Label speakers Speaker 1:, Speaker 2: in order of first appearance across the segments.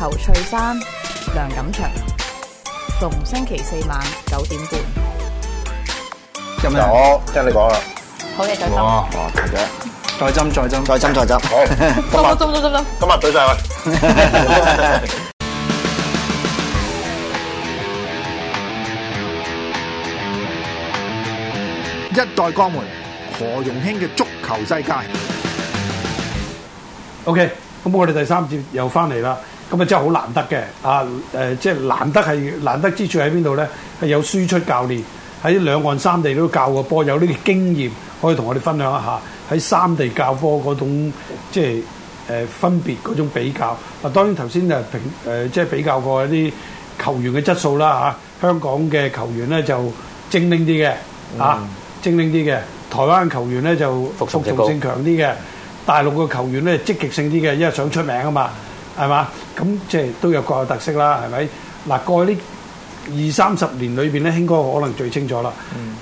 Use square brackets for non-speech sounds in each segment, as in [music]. Speaker 1: 侯翠珊、梁錦祥，逢星期四晚九點半。
Speaker 2: 有咩？
Speaker 3: 我聽你講啦，
Speaker 4: 好嘢，再斟。
Speaker 2: 哇！
Speaker 3: 哦，大姐，
Speaker 2: 再針再針
Speaker 5: 再斟再斟。
Speaker 3: 好，今
Speaker 4: 斟
Speaker 3: 日
Speaker 4: 斟斟斟斟。
Speaker 3: 今日對晒佢。
Speaker 6: 一代鋼門何容興嘅足球世界。
Speaker 7: OK，咁我哋第三節又翻嚟啦，咁啊真係好難得嘅啊！誒、即係難得係難得之處喺邊度咧？係有輸出教練喺兩岸三地都教過波，有呢啲經驗可以同我哋分享一下喺三地教波嗰種即係誒、分別嗰種比較。啊，當然頭先就評誒即係比較過一啲球員嘅質素啦嚇、香港嘅球員咧就精靈啲嘅嚇，精靈啲嘅。台灣球員咧就服從性強啲嘅，大陸嘅球員咧積極性啲嘅，因為想出名啊嘛，係嘛？咁即係都有各有特色啦，係咪？嗱，過去呢二三十年裏邊咧，興哥可能最清楚啦。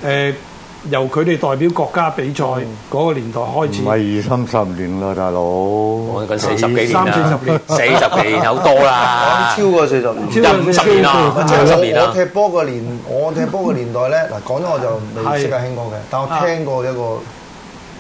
Speaker 8: 嗯
Speaker 7: 誒、由佢哋代表國家比賽嗰個年代開始，
Speaker 8: 唔係二三十年啦，大佬。
Speaker 5: 我講四十幾年啦，
Speaker 7: 三四十年
Speaker 5: 四十年有多啦，
Speaker 3: 超過四十年，
Speaker 7: 超
Speaker 5: 五十年啦，
Speaker 3: 即係
Speaker 5: 五十年
Speaker 3: 我
Speaker 5: 啊
Speaker 3: 我
Speaker 5: 啦。
Speaker 3: 踢波個年，我踢波個年代咧，嗱講咗我就未識阿興哥嘅，但我聽過一個
Speaker 7: 啊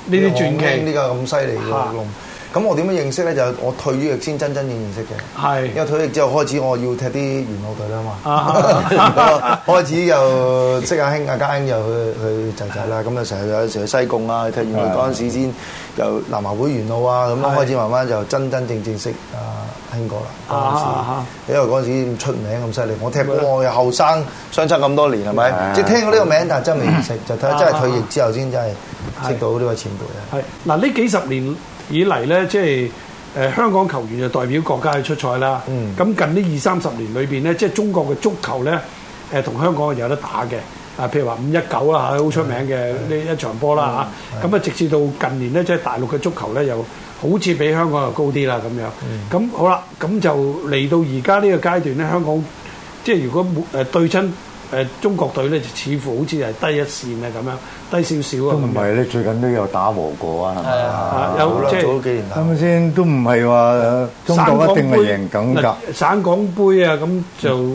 Speaker 7: 呢啲傳
Speaker 3: 呢
Speaker 7: 奇
Speaker 3: 個咁犀利嘅
Speaker 7: 啊
Speaker 3: 龍。咁我點樣認識咧？就係我退咗役先真真正認識嘅。
Speaker 7: 係
Speaker 3: 因為退役之後開始我要踢啲元老隊啦
Speaker 7: 啊
Speaker 3: 嘛， [laughs] 開始又識阿興阿家興又去去就就啦，咁啊成日有時去西貢啊，踢完佢嗰陣時先又南華會元老啊，咁
Speaker 7: 係
Speaker 3: 樣開始慢慢就真真正正識阿興哥啦
Speaker 7: 啊
Speaker 3: 嗰陣時，因為嗰陣時咁出名咁犀利，我踢波我又後生相差咁多年係咪？即係聽過呢個名，但係真係未認識，
Speaker 7: 嗯
Speaker 3: 就睇
Speaker 7: 啊
Speaker 3: 真係退役之後先真係識到呢位前輩啊！
Speaker 7: 係嗱，呢幾十年以嚟咧，即係誒、呃香港球員就代表國家去出賽啦。咁、
Speaker 3: 嗯
Speaker 7: 近呢二三十年裏邊咧，即係中國嘅足球咧，誒、同香港係有得打嘅。啊，譬如話五一九啦嚇，好出名嘅
Speaker 3: 嗯
Speaker 7: 呢一場波啦嚇。咁啊，直至到近年咧，即係大陸嘅足球咧，又好似比香港又高啲啦咁
Speaker 3: 嗯
Speaker 7: 樣。咁好啦，咁就嚟到而家呢個階段咧，香港即係如果冇誒對親誒中國隊咧，就似乎好似係低一線啊咁樣，低少少啊
Speaker 8: 都
Speaker 7: 咁
Speaker 8: 唔
Speaker 7: 樣。
Speaker 8: 係咧，最近都有打和過啊，係咪啊？
Speaker 7: 啊，
Speaker 3: 好
Speaker 7: 有
Speaker 3: 啦，
Speaker 7: 即係
Speaker 3: 早。幾年啦
Speaker 8: 係咪先？都唔係話中國一定係贏緊㗎。
Speaker 7: 省港杯啊，咁就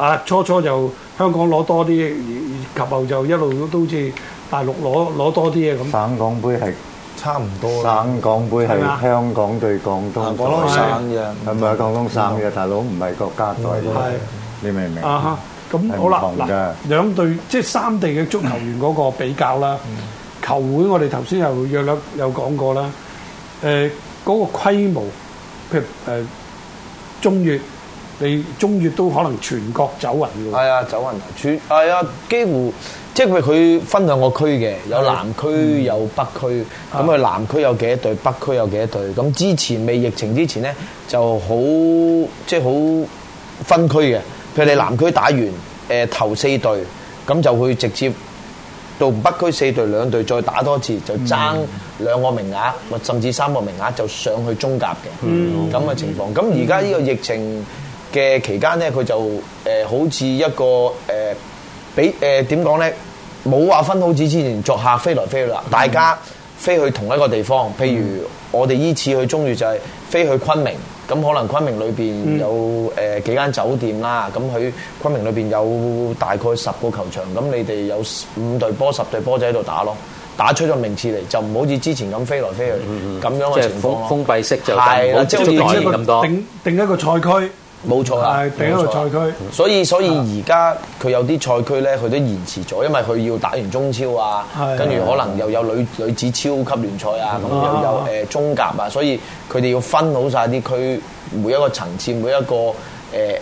Speaker 7: 啊初初就香港攞多啲，而而及後就一路都好似大陸攞攞多啲啊咁。
Speaker 8: 省港杯係
Speaker 3: 差唔多啦，
Speaker 8: 省港杯
Speaker 7: 係嘛
Speaker 8: 係香港對廣東
Speaker 3: 廣東
Speaker 8: 隊，
Speaker 3: 省嘅
Speaker 8: 係咪啊？廣東省嘅大佬唔係國家隊
Speaker 3: 唔係
Speaker 7: 係，
Speaker 8: 你明唔明？
Speaker 7: 啊哈，咁
Speaker 8: 係
Speaker 7: 好啦
Speaker 8: 唔，同
Speaker 7: 嗱
Speaker 8: 㗎
Speaker 7: 兩隊即係三地嘅足球員嗰個比較啦，球會我哋頭先又約略有講過啦，誒、嗰、個規模，譬如誒、中越，你中越都可能全國走勻嘅喎，
Speaker 9: 係啊，走運主係啊，幾乎即係佢分兩個區嘅，有南區有北區，咁佢南區有幾多隊，北區有幾多隊。咁之前未疫情之前咧，就好即係好分區嘅。譬如你南區打完，誒頭四隊，咁就會直接到北區四隊兩隊再打多次，就爭兩個名額，或甚至三個名額就上去中甲嘅咁嘅情況。咁而家呢個疫情嘅期間咧，佢就誒、呃好似一個誒比誒點講咧，冇、話分好似之前作客飛來飛去啦，大家飛去同一個地方。譬
Speaker 5: 嗯
Speaker 9: 如我哋依次去中越就係飛去昆明。咁可能昆明裏
Speaker 5: 嗯
Speaker 9: 邊有誒幾間酒店啦，咁佢昆明裏邊有大概十個球場，咁你哋有五隊波、十隊波仔喺度打咯。打出咗名次嚟，就唔好似之前咁飛來飛去咁樣
Speaker 5: 嗯即
Speaker 9: 嘅
Speaker 5: 係
Speaker 9: 情況
Speaker 5: 封
Speaker 9: 咯
Speaker 5: 封閉式就
Speaker 9: 係啦，即係好似
Speaker 5: 唔好
Speaker 9: 以
Speaker 5: 之
Speaker 9: 前
Speaker 5: 前咁多。
Speaker 7: 定定一個賽區，
Speaker 9: 冇錯啦
Speaker 7: 係，定一個
Speaker 9: 冇錯啦
Speaker 7: 賽區啊
Speaker 9: 所以所以而家佢有啲賽區咧，佢都延遲咗，因為佢要打完中超啊
Speaker 7: 係，
Speaker 9: 跟住可能又有女女子超級聯賽啊，咁
Speaker 7: 啊
Speaker 9: 又有誒中甲啊，所以佢哋要分好晒啲區，每一個層次，每一個。誒誒誒，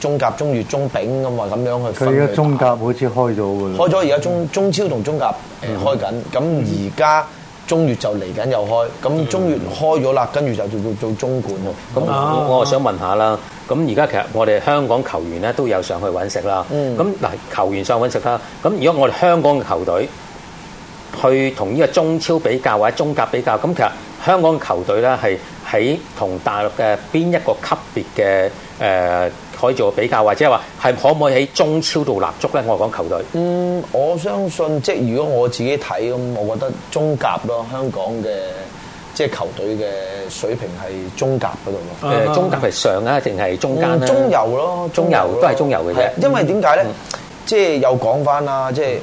Speaker 9: 中甲、中乙、中丙咁啊，咁樣去分
Speaker 8: 佢
Speaker 9: 去打
Speaker 8: 而家中甲好似開咗㗎啦
Speaker 9: 開。咗而家中中超同中甲誒
Speaker 7: 嗯
Speaker 9: 開緊，咁而家中乙就嚟緊又開，咁
Speaker 7: 嗯
Speaker 9: 中乙開咗啦，跟住就做做中冠咯。
Speaker 5: 咁我我想問下啦，咁而家其實我哋香港球員咧都有上去揾食啦。
Speaker 9: 嗯
Speaker 5: 咁嗱、球員上去揾食啦。咁如果我哋香港嘅球隊去同呢個中超比較或者中甲比較，咁其實香港嘅球隊咧係喺同大陸嘅邊一個級別嘅誒、呃可以做比較，或者話係可唔可以喺中超度立足咧？我講球隊，
Speaker 9: 嗯，我相信即係如果我自己睇咁，我覺得中甲咯，香港嘅即係球隊嘅水平係中甲嗰度咯。
Speaker 5: 誒、呃中甲係上啊，定係哦中間
Speaker 9: 嗯
Speaker 5: 咧？
Speaker 9: 中游咯，
Speaker 5: 中游
Speaker 9: 咯
Speaker 5: 都係中游嘅啫嗯
Speaker 9: 係啊因為點解咧？即係又講翻啦，即係誒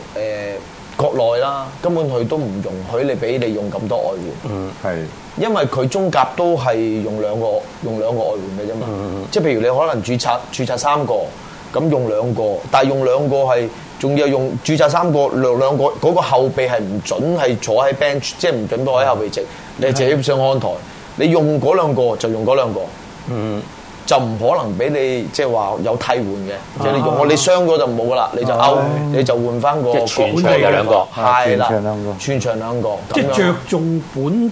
Speaker 9: 國內啦，根本佢都唔容許你俾你用咁多外援。
Speaker 8: 係
Speaker 9: 因為佢中甲都係用兩個用兩個外援嘅啫嘛，
Speaker 5: 嗯
Speaker 9: 即係譬如你可能註冊註冊三個，咁用兩個，但係用兩個係仲要用註冊三個兩兩個嗰、個後備係唔準係坐喺 bench，即係唔準坐喺後備
Speaker 5: 嗯
Speaker 9: 席，你係自己上看台，你用嗰兩個就用嗰兩個。
Speaker 5: 嗯
Speaker 9: 就唔可能俾你即係話有替換嘅，即係你用我你傷咗就冇噶啦，你就 out，你就換翻個
Speaker 5: 啊即係全
Speaker 9: 國
Speaker 5: 場有兩個
Speaker 9: 係啦
Speaker 8: 全場兩個，
Speaker 9: 全場兩個，
Speaker 7: 即
Speaker 9: 咁
Speaker 7: 係
Speaker 9: 樣
Speaker 7: 着重本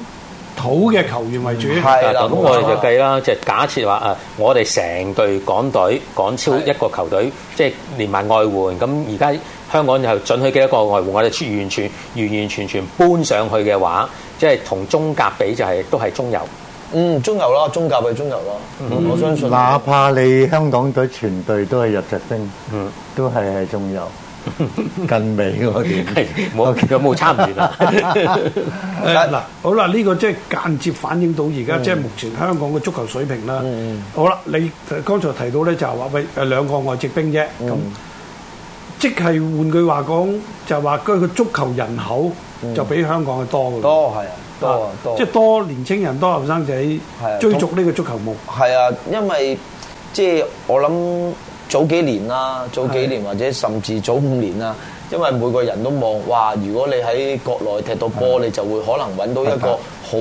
Speaker 7: 土嘅球員為主。
Speaker 9: 係啦
Speaker 5: 咁我哋就計啦，即係假設話誒，我哋成隊港隊、港超
Speaker 9: 係
Speaker 5: 一個球隊，即係連埋外援，咁而家香港又準許幾多個外援？我哋完全完完全全搬上去嘅話，即係同中甲比就係、都係中游。
Speaker 9: 嗯，中游啦，中甲嘅中游啦，
Speaker 7: 嗯
Speaker 9: 我相信。
Speaker 8: 哪怕你香港隊全隊都係入隻兵，都係係中游近尾嗰
Speaker 5: 係
Speaker 8: 段。
Speaker 5: 冇有冇參與啊？
Speaker 7: 誒嗱，好啦，呢個即係間接反映到而家即係目前香港嘅足球水平啦。好啦，你剛才提到咧就係話喂誒兩個外籍兵啫，咁即係換句話講，就係話佢個足球人口就比香港嘅多嘅。
Speaker 9: 多係啊，多啊，多。
Speaker 7: 即係多年青人、多後生仔
Speaker 9: 啊
Speaker 7: 追逐呢個足球夢。
Speaker 9: 係啊，因為即係我諗早幾年啦，早幾年或者甚至早五年啦，因為每個人都望哇，如果你喺國內踢到波，你就會可能揾到一個好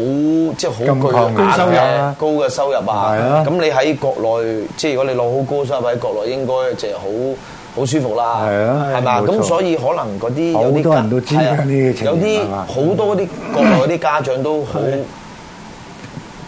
Speaker 9: 即係好
Speaker 8: 金
Speaker 9: 巨額
Speaker 8: 礦高收入
Speaker 9: 嘅
Speaker 8: 啊
Speaker 9: 高嘅收入
Speaker 8: 係
Speaker 9: 啊
Speaker 8: 啊。
Speaker 9: 咁你喺國內即係如果你攞好高收入喺國內，應該就係好。好舒服啦，
Speaker 8: 係啊
Speaker 9: 係嘛？
Speaker 8: 冇
Speaker 9: 咁
Speaker 8: 錯
Speaker 9: 所以可能嗰啲有啲
Speaker 8: 好多人都知
Speaker 9: 係啊
Speaker 8: 呢啲情
Speaker 9: 有啲
Speaker 8: 形係嘛
Speaker 9: 好多啲國內啲家長都好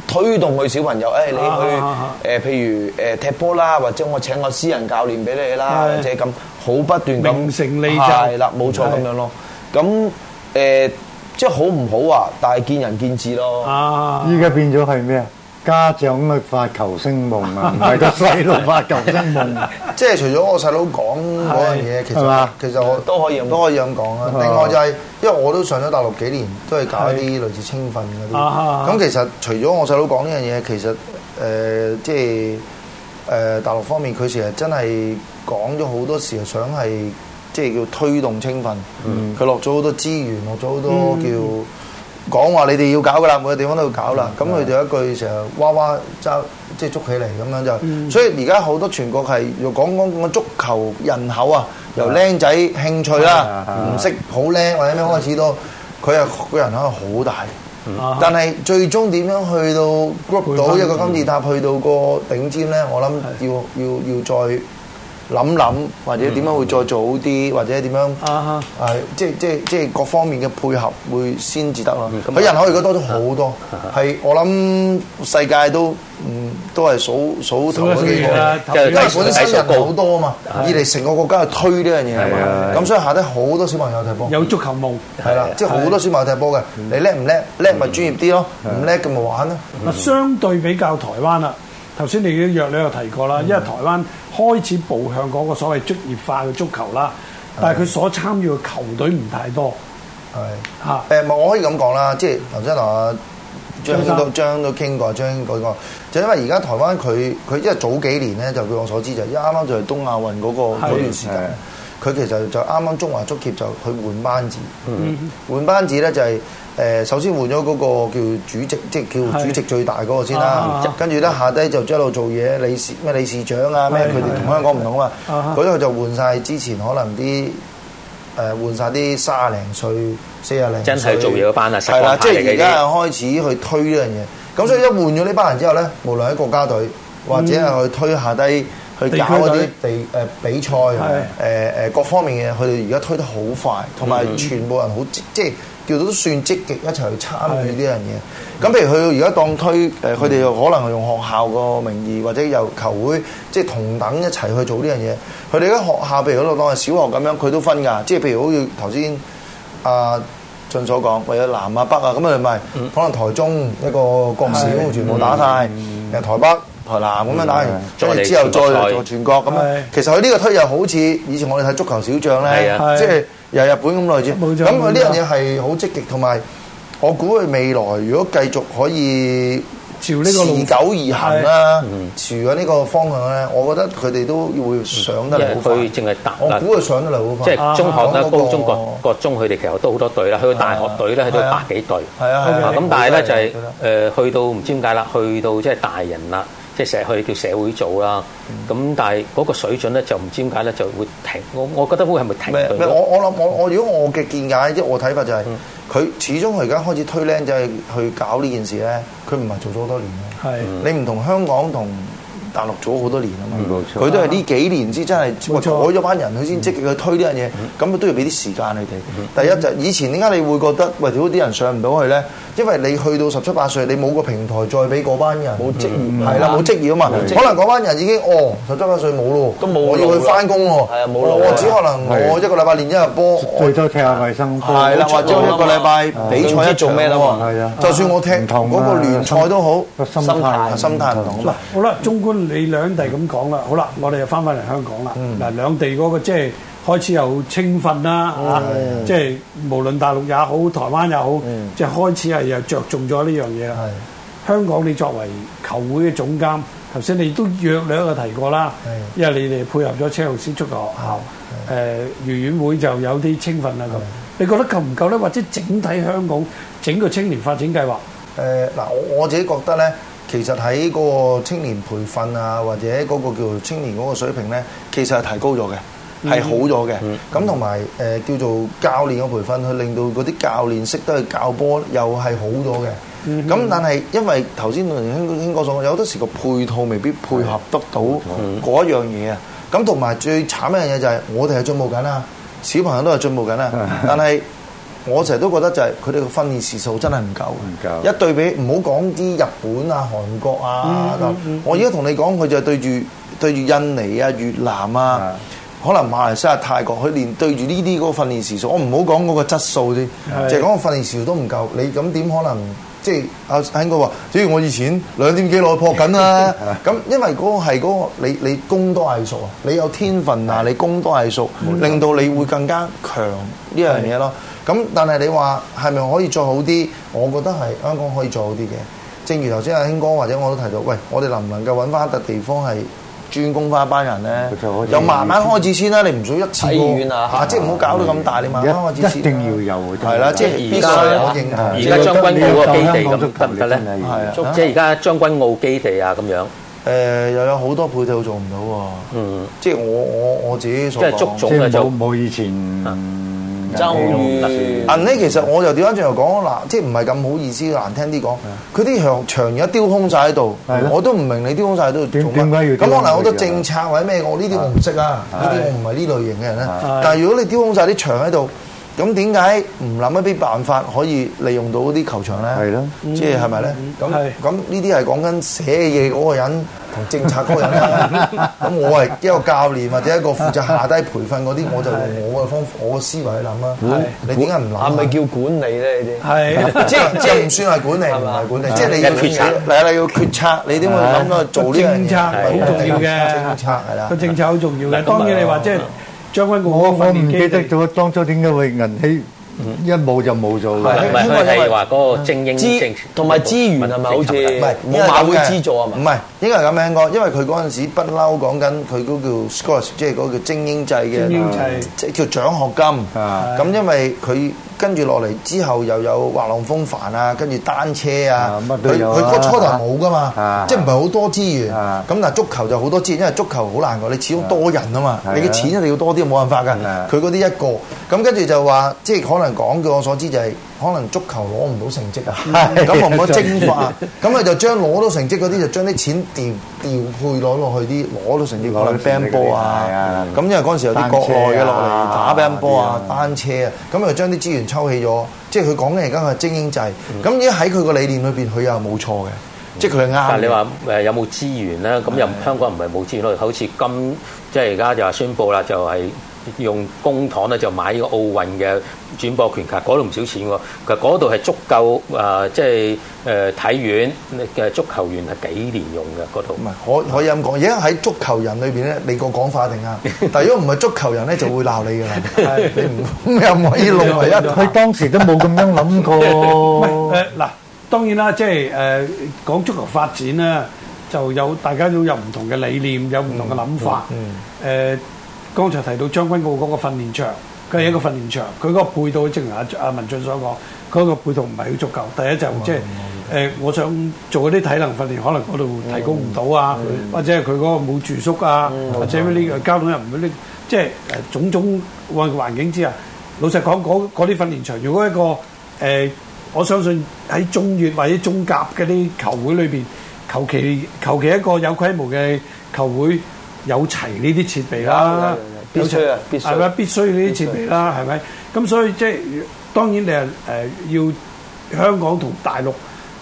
Speaker 9: 推動佢小朋友，誒、你去誒、
Speaker 7: 啊
Speaker 9: 譬如誒、踢波啦，或者我請個私人教練俾你啦，
Speaker 7: 係
Speaker 9: 或者咁好不斷咁
Speaker 7: 名成利就
Speaker 9: 係啦，冇錯
Speaker 7: 係
Speaker 9: 咁樣咯。咁誒、即係好唔好啊？但係見仁見智咯。
Speaker 7: 啊，
Speaker 8: 依家變咗係咩啊？家長去發球星夢
Speaker 3: [laughs]
Speaker 8: 啊，唔係個細路發球星夢。
Speaker 3: 即係除咗我細佬講嗰樣嘢，其
Speaker 8: 係
Speaker 3: 實
Speaker 8: 嘛
Speaker 3: 其實我
Speaker 9: 都可以咁
Speaker 3: 都可以咁講啊。
Speaker 8: 啊
Speaker 3: 另外就係因為我都上咗大陸幾年，都係搞一啲類似青訓嗰啲。
Speaker 7: 啊啊
Speaker 3: 咁其實除咗我細佬講呢樣嘢，其實誒即係誒大陸方面，佢成日真係講咗好多時候想係即係叫推動青訓。佢落咗好多資源，落咗好多叫。講話你哋要搞噶啦，每個地方都要搞啦。咁佢就一句成日哇哇揸即係捉起嚟咁樣就，所以而家好多全國係又講講個足球人口啊，由僆仔興趣啦
Speaker 8: 係啊，
Speaker 3: 唔識好叻或者咩開始到，佢啊個人口係好大。
Speaker 7: 啊
Speaker 3: 但係最終點樣去到 group 到
Speaker 7: 配分
Speaker 3: 一個金字塔去到個頂尖咧？我諗要要要再諗諗，或者點樣會再做好啲，或者點樣
Speaker 7: 啊
Speaker 3: 係即係即係即係各方面嘅配合會先至得咯
Speaker 5: 嗯。咁
Speaker 3: 佢人口而家多咗好多，係我諗世界都嗯都係數數頭嗰幾
Speaker 7: 數一數二啦
Speaker 3: 個。
Speaker 7: 頭幾個
Speaker 3: 因為本身人口多啊嘛，二嚟成個國家去推呢樣嘢啊
Speaker 8: 係啊
Speaker 3: 嘛，咁所以下低好多小朋友踢波。
Speaker 7: 有足球夢。
Speaker 3: 係啦，即係好多小朋友踢波嘅，你叻唔叻？叻咪專業啲咯，唔叻咁咪玩咯。
Speaker 7: 嗱，相對比較台灣啦，頭先你已經約你有提過啦，因為台灣開始步向嗰個所謂職業化嘅足球啦，但係佢所參與嘅球隊唔太多啊
Speaker 3: 係
Speaker 7: 嚇。
Speaker 3: 啊誒，唔係我可以咁講啦，即係頭先同阿張都張都傾過，張嗰個就因為而家台灣佢佢因為早幾年咧，就據我所知就因為啱啱就係東亞運嗰個
Speaker 7: 係
Speaker 3: 嗰段時間。佢其實就啱啱中華足協就去換班子，
Speaker 7: 嗯
Speaker 3: 換班子咧就係、誒首先換咗嗰個叫主席，即係叫主席最大嗰個先啦
Speaker 7: 啊，
Speaker 3: 跟住咧下低就一路做嘢，理事咩理事長啊咩，
Speaker 7: 係
Speaker 3: 佢哋
Speaker 7: 係
Speaker 3: 同香港唔同啊
Speaker 7: 啊
Speaker 3: 嘛，嗰度就換晒之前可能啲誒換晒啲卅零歲、四廿零歲
Speaker 5: 真係做嘢嗰班啊實
Speaker 3: 係啦
Speaker 5: 幹，
Speaker 3: 即
Speaker 5: 派嚟嘅
Speaker 3: 係而家係開始去推呢樣嘢。咁所以一換咗呢班人之後咧，無論喺國家隊或者係去推下低去搞嗰
Speaker 7: 嗯地區
Speaker 3: 啲
Speaker 7: 隊
Speaker 3: 地誒比賽誒誒呃各方面嘅嘢，佢哋而家推得好快，同埋
Speaker 5: 嗯
Speaker 3: 全部人好積即係叫到都算積極一齊去參與呢樣嘢。咁譬如佢而家當推誒，呃佢哋又可能用學校個名義或者由球會即係同等一齊去做呢樣嘢。佢哋而家學校譬如嗰度當係小學咁樣，佢都分㗎，即係譬如好似頭先。啊俊所講，為咗南啊北啊，咁佢咪
Speaker 5: 嗯
Speaker 3: 可能台中一個國小全部打晒，誒台北、台南咁樣打完，
Speaker 5: 嗯再嚟
Speaker 3: 跟住之後
Speaker 5: 全國賽
Speaker 3: 再做全國咁
Speaker 7: 係
Speaker 3: 樣。其實佢呢個推又好似以前我哋睇足球小將
Speaker 5: 係
Speaker 3: 咧
Speaker 5: 啊，
Speaker 3: 即係由日本咁類似。
Speaker 7: 冇錯
Speaker 3: 咁佢呢
Speaker 7: 冇錯
Speaker 3: 樣嘢係好積極，同埋我估佢未來如果繼續可以。
Speaker 7: 朝呢個路
Speaker 3: 持久而行啦，朝緊呢個方向咧，我覺得佢哋都會上得
Speaker 5: 因
Speaker 3: 嚟
Speaker 5: 為
Speaker 3: 好快
Speaker 5: 佢。淨係達
Speaker 3: 我估佢上得嚟好
Speaker 5: 即
Speaker 3: 快。啊
Speaker 5: 係中學
Speaker 3: 講
Speaker 5: 啦、
Speaker 3: 嗰個
Speaker 5: 高中、各各中，佢哋其實都好多隊啦。去到大學隊咧，去到
Speaker 3: 係
Speaker 5: 百
Speaker 3: 啊
Speaker 5: 幾隊。
Speaker 3: 係啊係啊
Speaker 5: 咁但係咧就係
Speaker 3: 好
Speaker 5: 誒，去到唔知點解啦，去到即係大人啦，即係社佢哋叫社會組啦。咁但係嗰個水準咧就唔知點解咧就會停。我我覺得會係咪停
Speaker 3: 咩
Speaker 5: 頓
Speaker 3: 咩？
Speaker 5: 咗？
Speaker 3: 我我諗我我如果我嘅見解，即係我睇法就係、
Speaker 5: 嗯
Speaker 3: 佢、始終佢而家開始推僆仔去搞呢件事咧，佢唔係做咗好多年嘅。
Speaker 7: 係
Speaker 3: 你唔同香港同大陸做咗好多年啊嘛
Speaker 8: 嗯冇，錯
Speaker 3: 佢都係呢幾年先真係
Speaker 7: 冇
Speaker 3: 喂
Speaker 7: 錯
Speaker 3: 改咗班人，佢先積極去推呢樣嘢，咁都要俾啲時間佢哋。第一就係以前點解你會覺得喂屌啲人上唔到去咧？因為你去到十七八歲，你冇個平台再俾嗰班人冇職業，係啦冇職業啊嘛，可能嗰班人已經哦十七八歲冇咯，
Speaker 9: 都冇
Speaker 3: 我要
Speaker 9: 路
Speaker 3: 去
Speaker 9: 啦
Speaker 3: 翻工喎，
Speaker 9: 係啊冇路
Speaker 3: 我
Speaker 9: 啦
Speaker 3: 只可能我一個禮拜練一日波，
Speaker 8: 最
Speaker 3: 我
Speaker 8: 多踢下衞生波。
Speaker 3: 係啦，或者我一個禮拜比賽一
Speaker 9: 做
Speaker 3: 做
Speaker 9: 咩
Speaker 3: 咩
Speaker 9: 啦
Speaker 3: 啦
Speaker 9: 嘛
Speaker 8: 係啊
Speaker 3: 就算我踢
Speaker 8: 唔同啊
Speaker 3: 嗰個聯賽都好，
Speaker 8: 個心態
Speaker 3: 心態唔同
Speaker 7: 嗱
Speaker 3: 啊，
Speaker 7: 好啦，中觀你兩地咁講啦，好啦，我哋又翻返嚟香港啦。嗱、兩地嗰、個即係開始有青訓啦，嚇、即哦係嗯無論大陸也好，台灣也好，即係開始係又着重咗呢樣嘢啦
Speaker 3: 嘛。。
Speaker 7: 香港你作為球會嘅總監，頭先你都約略有提過啦，
Speaker 3: 係
Speaker 7: 因為你哋配合咗車路士足球學校，誒、愉園會就有啲青訓啦咁。你覺得夠唔夠咧？或者整體香港整個青年發展計劃？
Speaker 3: 誒呃嗱、我我自己覺得咧，其實喺嗰個青年培訓啊，或者嗰個叫青年嗰個水平咧，其實係提高咗嘅。係好咗嘅，咁同埋誒叫做教練嘅培訓，去令到嗰啲教練識得去教波，又係好咗嘅。咁、但係因為頭先興興哥所講，有好多時個配套未必配合得到嗰一樣嘢啊。咁同埋最慘一樣嘢就係我哋係進步緊啊，小朋友都係進步緊啊，但係。我成日都覺得就係佢哋嘅訓練時數真係唔夠
Speaker 8: 夠
Speaker 3: 嘅，一對比唔好講啲日本啊、韓國啊咁。我而家同你講，佢就係對住對住印尼啊、越南啊，可能馬來西亞、泰國，佢連對住呢啲嗰個訓練時數，我唔好講嗰個質素先，就係講個訓練時數都唔夠，你咁點可能？即係阿興哥話，只要我以前兩點幾落去撲緊 [laughs] 啦，咁因為嗰個係嗰個你你功多藝熟啊，你有天分啊，你功多藝熟，令到你會更加強呢樣嘢咯。咁但係你話係咪可以再好啲？我覺得係香港可以再好啲嘅。正如頭先阿興哥或者我都提到，喂，我哋能唔能夠揾翻一笪地方係專攻翻一班人咧
Speaker 8: 佢就可以？
Speaker 3: 又慢慢開始先啦，你唔需要一次
Speaker 9: 睇醫院啊
Speaker 3: 過即係唔好搞到咁大，你慢慢開始
Speaker 8: 嗯一
Speaker 3: 先啦
Speaker 8: 一定要有
Speaker 3: 係啦，即係必須我認同。
Speaker 5: 而家將軍澳個基地咁得唔得咧？
Speaker 8: 係啊，
Speaker 5: 即係而家將軍澳基地啊咁樣，
Speaker 3: 誒、又有好多配套做唔到喎，
Speaker 5: 嗯，
Speaker 3: 即係我我我自己所
Speaker 5: 即係足
Speaker 3: 講。
Speaker 5: 總
Speaker 8: 即
Speaker 5: 嘅
Speaker 8: 係
Speaker 5: 就
Speaker 8: 冇冇以前
Speaker 5: 啊
Speaker 9: 周瑜
Speaker 3: 銀呢，其實我又調翻轉頭講嗱，即係唔係咁好意思難聽啲講，佢啲場場而家丟空晒喺度
Speaker 8: 嗯係，咯
Speaker 3: 我都唔明你丟空晒喺度做
Speaker 8: 點
Speaker 3: 乜。
Speaker 8: 點解要
Speaker 3: 咁
Speaker 8: 丟空
Speaker 3: 可能好多
Speaker 8: 佢㗎
Speaker 3: 政策或者咩，我呢啲我唔識啊，呢啲我唔係呢類型嘅人咧啊
Speaker 8: 係。
Speaker 3: 但係如果你丟空晒啲場喺度，咁點解唔諗一啲辦法可以利用到啲球場咧？
Speaker 8: 係咯嗯
Speaker 3: 即係係咪咧？咁
Speaker 7: 係
Speaker 3: 咁呢啲係講緊寫嘢嗰個人同政策嗰個人啦。咁我係一個教練或者一個負責下低培訓嗰啲，我就用我嘅方法我嘅思維去諗啦。你點解唔諗啊？
Speaker 9: 係咪叫管理咧？呢啲
Speaker 7: 係。
Speaker 3: 即係即係唔算係管理，唔係管理，即係你要
Speaker 5: 決策
Speaker 3: 係啦，你要決策，你點會諗到做呢樣嘢
Speaker 7: 政策好重要嘅
Speaker 3: 政策係啦
Speaker 7: 個。政策好重要嘅。當然你話即係將軍澳
Speaker 8: 我
Speaker 7: 嗰個
Speaker 8: 我
Speaker 7: 訓
Speaker 8: 唔
Speaker 7: 練
Speaker 8: 記
Speaker 7: 基
Speaker 8: 得
Speaker 7: 地，
Speaker 8: 咗當初點解會銀禧一冇就冇做㗎。
Speaker 5: 唔係佢係話嗰個精英政
Speaker 9: 資同埋資源係咪好似
Speaker 5: 政策
Speaker 9: 冇馬會資助啊嘛
Speaker 3: 唔？係，應該係咁樣講，因為佢嗰陣時不嬲講緊佢嗰叫 scholarship，即係嗰個叫精英制嘅，
Speaker 7: 精英制
Speaker 3: 即係叫獎學金。
Speaker 8: 啊
Speaker 3: 咁因為佢跟住落嚟之後又有滑浪風帆啊，跟住單車啊
Speaker 8: 啊，乜都
Speaker 3: 佢
Speaker 8: 有
Speaker 3: 佢
Speaker 8: 啊
Speaker 3: 嗰初頭冇噶嘛
Speaker 8: 啊，
Speaker 3: 即係唔係好多資源。咁
Speaker 8: 啊
Speaker 3: 但係足球就好多資源，因為足球好難㗎，你始終多人啊嘛，
Speaker 8: 係啊
Speaker 3: 你嘅錢一定要多啲，冇辦法㗎
Speaker 8: 係啊。
Speaker 3: 佢嗰啲一個，咁跟住就話，即係可能講據我所知就係，可能足球攞唔到成績啊，
Speaker 8: [laughs]
Speaker 3: [laughs]
Speaker 8: 係
Speaker 3: 咁我唔好蒸發，咁啊就將攞到成績嗰啲就將啲錢調調配攞落去啲攞到成績，可能
Speaker 8: 攞到成績
Speaker 3: band 波啊
Speaker 8: 嗰啲係啊，
Speaker 3: 咁因為嗰陣時有啲國內嘅落嚟
Speaker 8: 單車
Speaker 3: 打
Speaker 8: 啊
Speaker 3: band 波啊
Speaker 8: 嗰啲啊，
Speaker 3: 單車啊，咁又將啲資源抽起咗，即係佢講緊而家係精英制，咁而家喺佢個理念裏邊，佢又冇錯嘅，即係佢係啱
Speaker 5: 但係你
Speaker 3: 嘅。
Speaker 5: 話誒有冇資源咧？咁又香港唔係冇資源咯，好似今即係而家就話宣布啦，就係、用公帑咧就買呢個奧運嘅轉播權卡，嗰度唔少錢喎。其實嗰度係足夠誒、呃即係誒體院嘅足球員係幾年用嘅嗰度
Speaker 3: 唔。係可可以咁講，而家喺足球人裏邊咧，你個講法一定 [laughs] 啱。但係如果唔係足球人咧，就會鬧你㗎啦。你唔又唔可以弄 [laughs] 為一體。
Speaker 8: 佢當時都冇咁樣諗
Speaker 7: 唔係。
Speaker 8: 過
Speaker 5: [laughs]
Speaker 7: 誒嗱，當然啦，即係誒講足球發展咧，就有大家都有唔同嘅理念，有唔同嘅諗法。
Speaker 8: 嗯
Speaker 7: 誒，剛才提到將軍澳嗰個訓練場，佢係一個訓練場，佢嗰個配套正如阿阿文進所講，佢個配套唔係好足夠。第一就即係誒，我想做嗰啲體能訓練，可能嗰度提供唔到啊，或者係佢嗰個冇住宿啊，或者呢個交通又唔好呢，即係誒種種環環境之下，老實講，嗰嗰啲訓練場，如果一個誒、我相信喺中乙或者中甲嗰啲球會裏邊，求其求其一個有規模嘅球會有齊呢啲設備啦，Dạ.
Speaker 9: 有有有必須啊必須
Speaker 7: 係咪必須呢啲設備啦，係咪？咁所以即係當然你係誒、要香港同大陸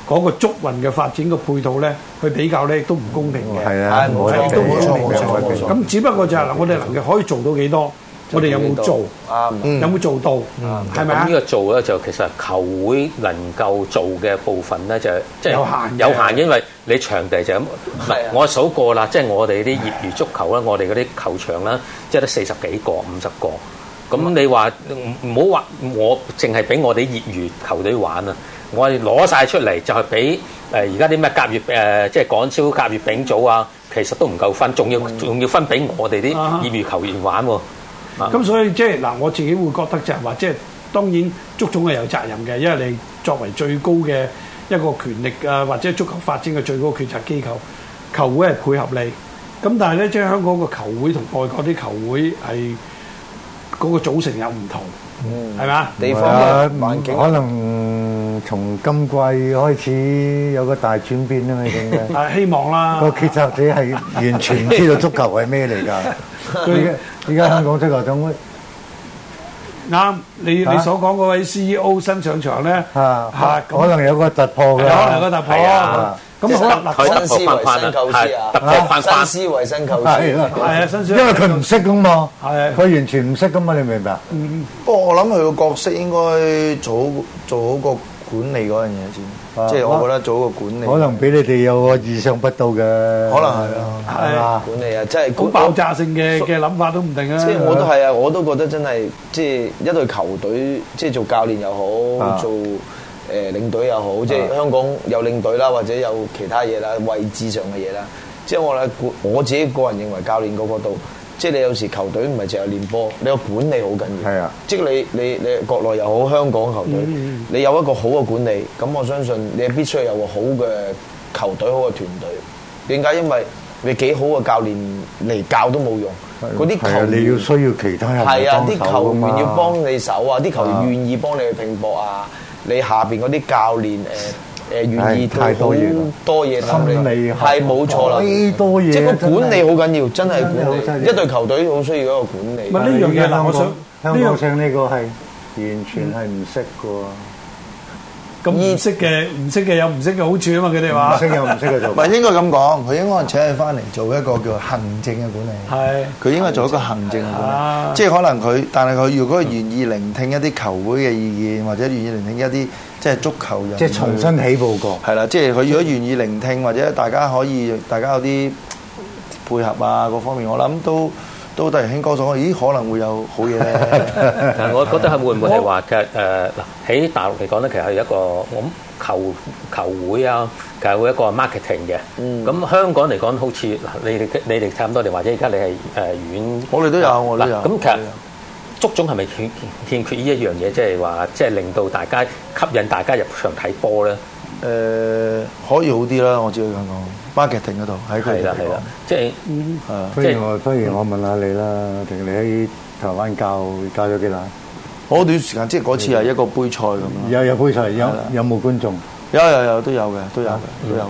Speaker 7: 嗰個足運嘅發展嘅配套咧，去比較咧都唔公平嘅。
Speaker 8: 係啊，
Speaker 9: 係冇
Speaker 8: 冇得
Speaker 9: 錯
Speaker 8: 比
Speaker 9: 都冇錯
Speaker 8: 冇得
Speaker 9: 冇錯
Speaker 8: 比
Speaker 9: 冇錯
Speaker 7: 咁只不過就係嗱，我哋能力可以做到幾多，我哋有冇做，嗯
Speaker 9: 啱？
Speaker 3: Ừ. 嗯
Speaker 7: 有冇做到，係咪
Speaker 5: 咁
Speaker 7: 啊
Speaker 5: 呢？個做咧就其實球會能夠做嘅部分咧就係即係
Speaker 7: 有限嘅
Speaker 5: 有限，因為你場地就咁。
Speaker 9: 係啊
Speaker 5: 我數過啦，即係我哋啲業餘足球啦，我哋嗰啲球場啦，即係得四十幾個、五十個。咁你話唔唔好話我淨係俾我哋業餘球隊玩啊！我哋攞晒出嚟就係俾誒而家啲咩甲乙誒、即係港超甲乙丙組啊，其實都唔夠分，仲要仲要分俾我哋啲
Speaker 7: 啊哈
Speaker 5: 業餘球員玩喎。
Speaker 7: 咁所以即係嗱，我自己會覺得就係話，即係當然足總係有責任嘅，因為你作為最高嘅一個權力啊，或者足球發展嘅最高決策機構，球會係配合你。咁但係咧，即係香港個球會同外國啲球會係嗰個組成有唔同，係咪啊？
Speaker 9: 地方
Speaker 8: 啊
Speaker 9: 嘅環境
Speaker 8: 可能從今季開始有個大轉變啊嘛，應
Speaker 7: [laughs]
Speaker 8: 該。
Speaker 7: 啊，希望啦。
Speaker 8: 個決策者係完全唔知道足球係咩嚟㗎。而家而家香港足球總會
Speaker 7: 啱，你你
Speaker 8: 啊
Speaker 7: 所講嗰位 CEO 新上場咧，
Speaker 8: 啊
Speaker 7: 嚇，
Speaker 8: 可能有個突破
Speaker 7: 有可能有
Speaker 8: 㗎。
Speaker 7: 個突破
Speaker 5: 係啊。
Speaker 7: 咁好啦，嗱，
Speaker 5: 佢
Speaker 9: 新思維新構思啊
Speaker 5: 突破框框
Speaker 9: 新思維新構
Speaker 8: 係
Speaker 9: 思
Speaker 8: 啦。
Speaker 7: 係啊，新上
Speaker 8: 因為佢唔識㗎嘛，
Speaker 7: 係
Speaker 8: 佢完全唔識㗎嘛，你明唔明啊？
Speaker 3: 不過我諗佢個角色應該做好做好個管理嗰樣嘢先，
Speaker 8: 啊
Speaker 3: 即係我覺得做好個管理。
Speaker 8: 可能俾你哋有個意想不到嘅，可
Speaker 3: 能係啊
Speaker 8: 係嘛？
Speaker 9: 管理啊，真係
Speaker 7: 好爆炸性嘅嘅諗法都唔定啊。
Speaker 9: 即係我都係啊！我都覺得真係，即係一隊球隊，即係做教練又好，
Speaker 8: 啊
Speaker 9: 做誒領隊又好，即係香港有領隊啦，或者有其他嘢啦，位置上嘅嘢啦。即係我咧，我自己個人認為教練嗰個度，即係你有時球隊唔係淨係練波，你個管理好緊要。
Speaker 8: 係啊嗯
Speaker 9: 即係你你你國內又好，香港球隊，你有一個好嘅管理，咁我相信你必須有個好嘅球隊、好嘅團隊。點解？因為你幾好嘅教練嚟教都冇用，嗰啲
Speaker 8: 係啊
Speaker 9: 球
Speaker 8: 你要
Speaker 9: 員
Speaker 8: 需要其他人
Speaker 9: 係啊，
Speaker 8: 幫
Speaker 9: 啲
Speaker 8: 手
Speaker 9: 球
Speaker 8: 㗎嘛
Speaker 9: 員要幫你手啊，啲球
Speaker 8: 啊
Speaker 9: 員願意幫你去拼搏啊，你下邊嗰啲教練誒誒願意
Speaker 8: 唉太多嘢啦
Speaker 9: 多嘢諗你
Speaker 8: 心理學
Speaker 9: 係冇錯啦，
Speaker 8: 太多嘢
Speaker 9: 即係個
Speaker 8: 真係
Speaker 9: 管理好緊要，真係
Speaker 8: 真係好
Speaker 9: 管
Speaker 8: 犀
Speaker 9: 理
Speaker 8: 利
Speaker 9: 一隊球隊好需要一個管理
Speaker 8: 啊
Speaker 7: 唔。係呢樣嘢嗱我想
Speaker 8: 香
Speaker 7: 呢樣
Speaker 8: 港聲呢個係完全係唔識嘅喎，
Speaker 7: 咁唔識嘅唔識嘅有唔識嘅好處啊嘛，佢哋
Speaker 8: 唔
Speaker 7: 話
Speaker 8: 識又唔識嘅做
Speaker 3: [laughs] 唔。係應該咁講，佢應該請佢翻嚟做一個叫行政嘅管理。
Speaker 7: 係
Speaker 3: 佢應該做一個行政嘅管
Speaker 7: 啊
Speaker 3: 理，即係可能佢，但係佢如果願意聆聽一啲球會嘅意見，或者願意聆聽一啲即係足球人，
Speaker 8: 即係重新起步過。
Speaker 3: 係啦，即係佢如果願意聆聽，或者大家可以大家有啲配合啊，各方面，我諗都都突然興哥所講，咦可能會有好嘢咧。
Speaker 5: 但我覺得係會唔會係話其實誒嗱喺大陸嚟講咧，其實係一個我諗球球會啊，其實會一個 marketing 嘅。咁、
Speaker 3: 嗯
Speaker 5: 香港嚟講，好似嗱你哋你哋差唔多，你或者而家你係誒院，
Speaker 3: 我哋都有我哋都有
Speaker 5: 嗱咁其
Speaker 3: 我
Speaker 5: 實
Speaker 3: 哋有。
Speaker 5: 足總係咪欠欠缺呢一樣嘢，即係話即係令到大家吸引大家入場睇波咧？
Speaker 3: 誒、呃可以好啲啦，我只可以咁講。marketing 嗰度喺佢
Speaker 5: 係
Speaker 3: 哋嚟
Speaker 5: 啦係啦
Speaker 3: 講，
Speaker 5: 即係
Speaker 3: 係啊
Speaker 8: 不
Speaker 5: 嗯即係
Speaker 8: 如我不如我問下你啦，定你喺台灣教教咗幾耐？
Speaker 3: 好短時間，即係嗰次係一個杯賽咁樣。
Speaker 8: 有有杯賽，
Speaker 3: 嗯
Speaker 8: 有
Speaker 3: 係啦
Speaker 8: 有冇觀眾？
Speaker 3: 有有有都有嘅，都有嘅，都有嘅。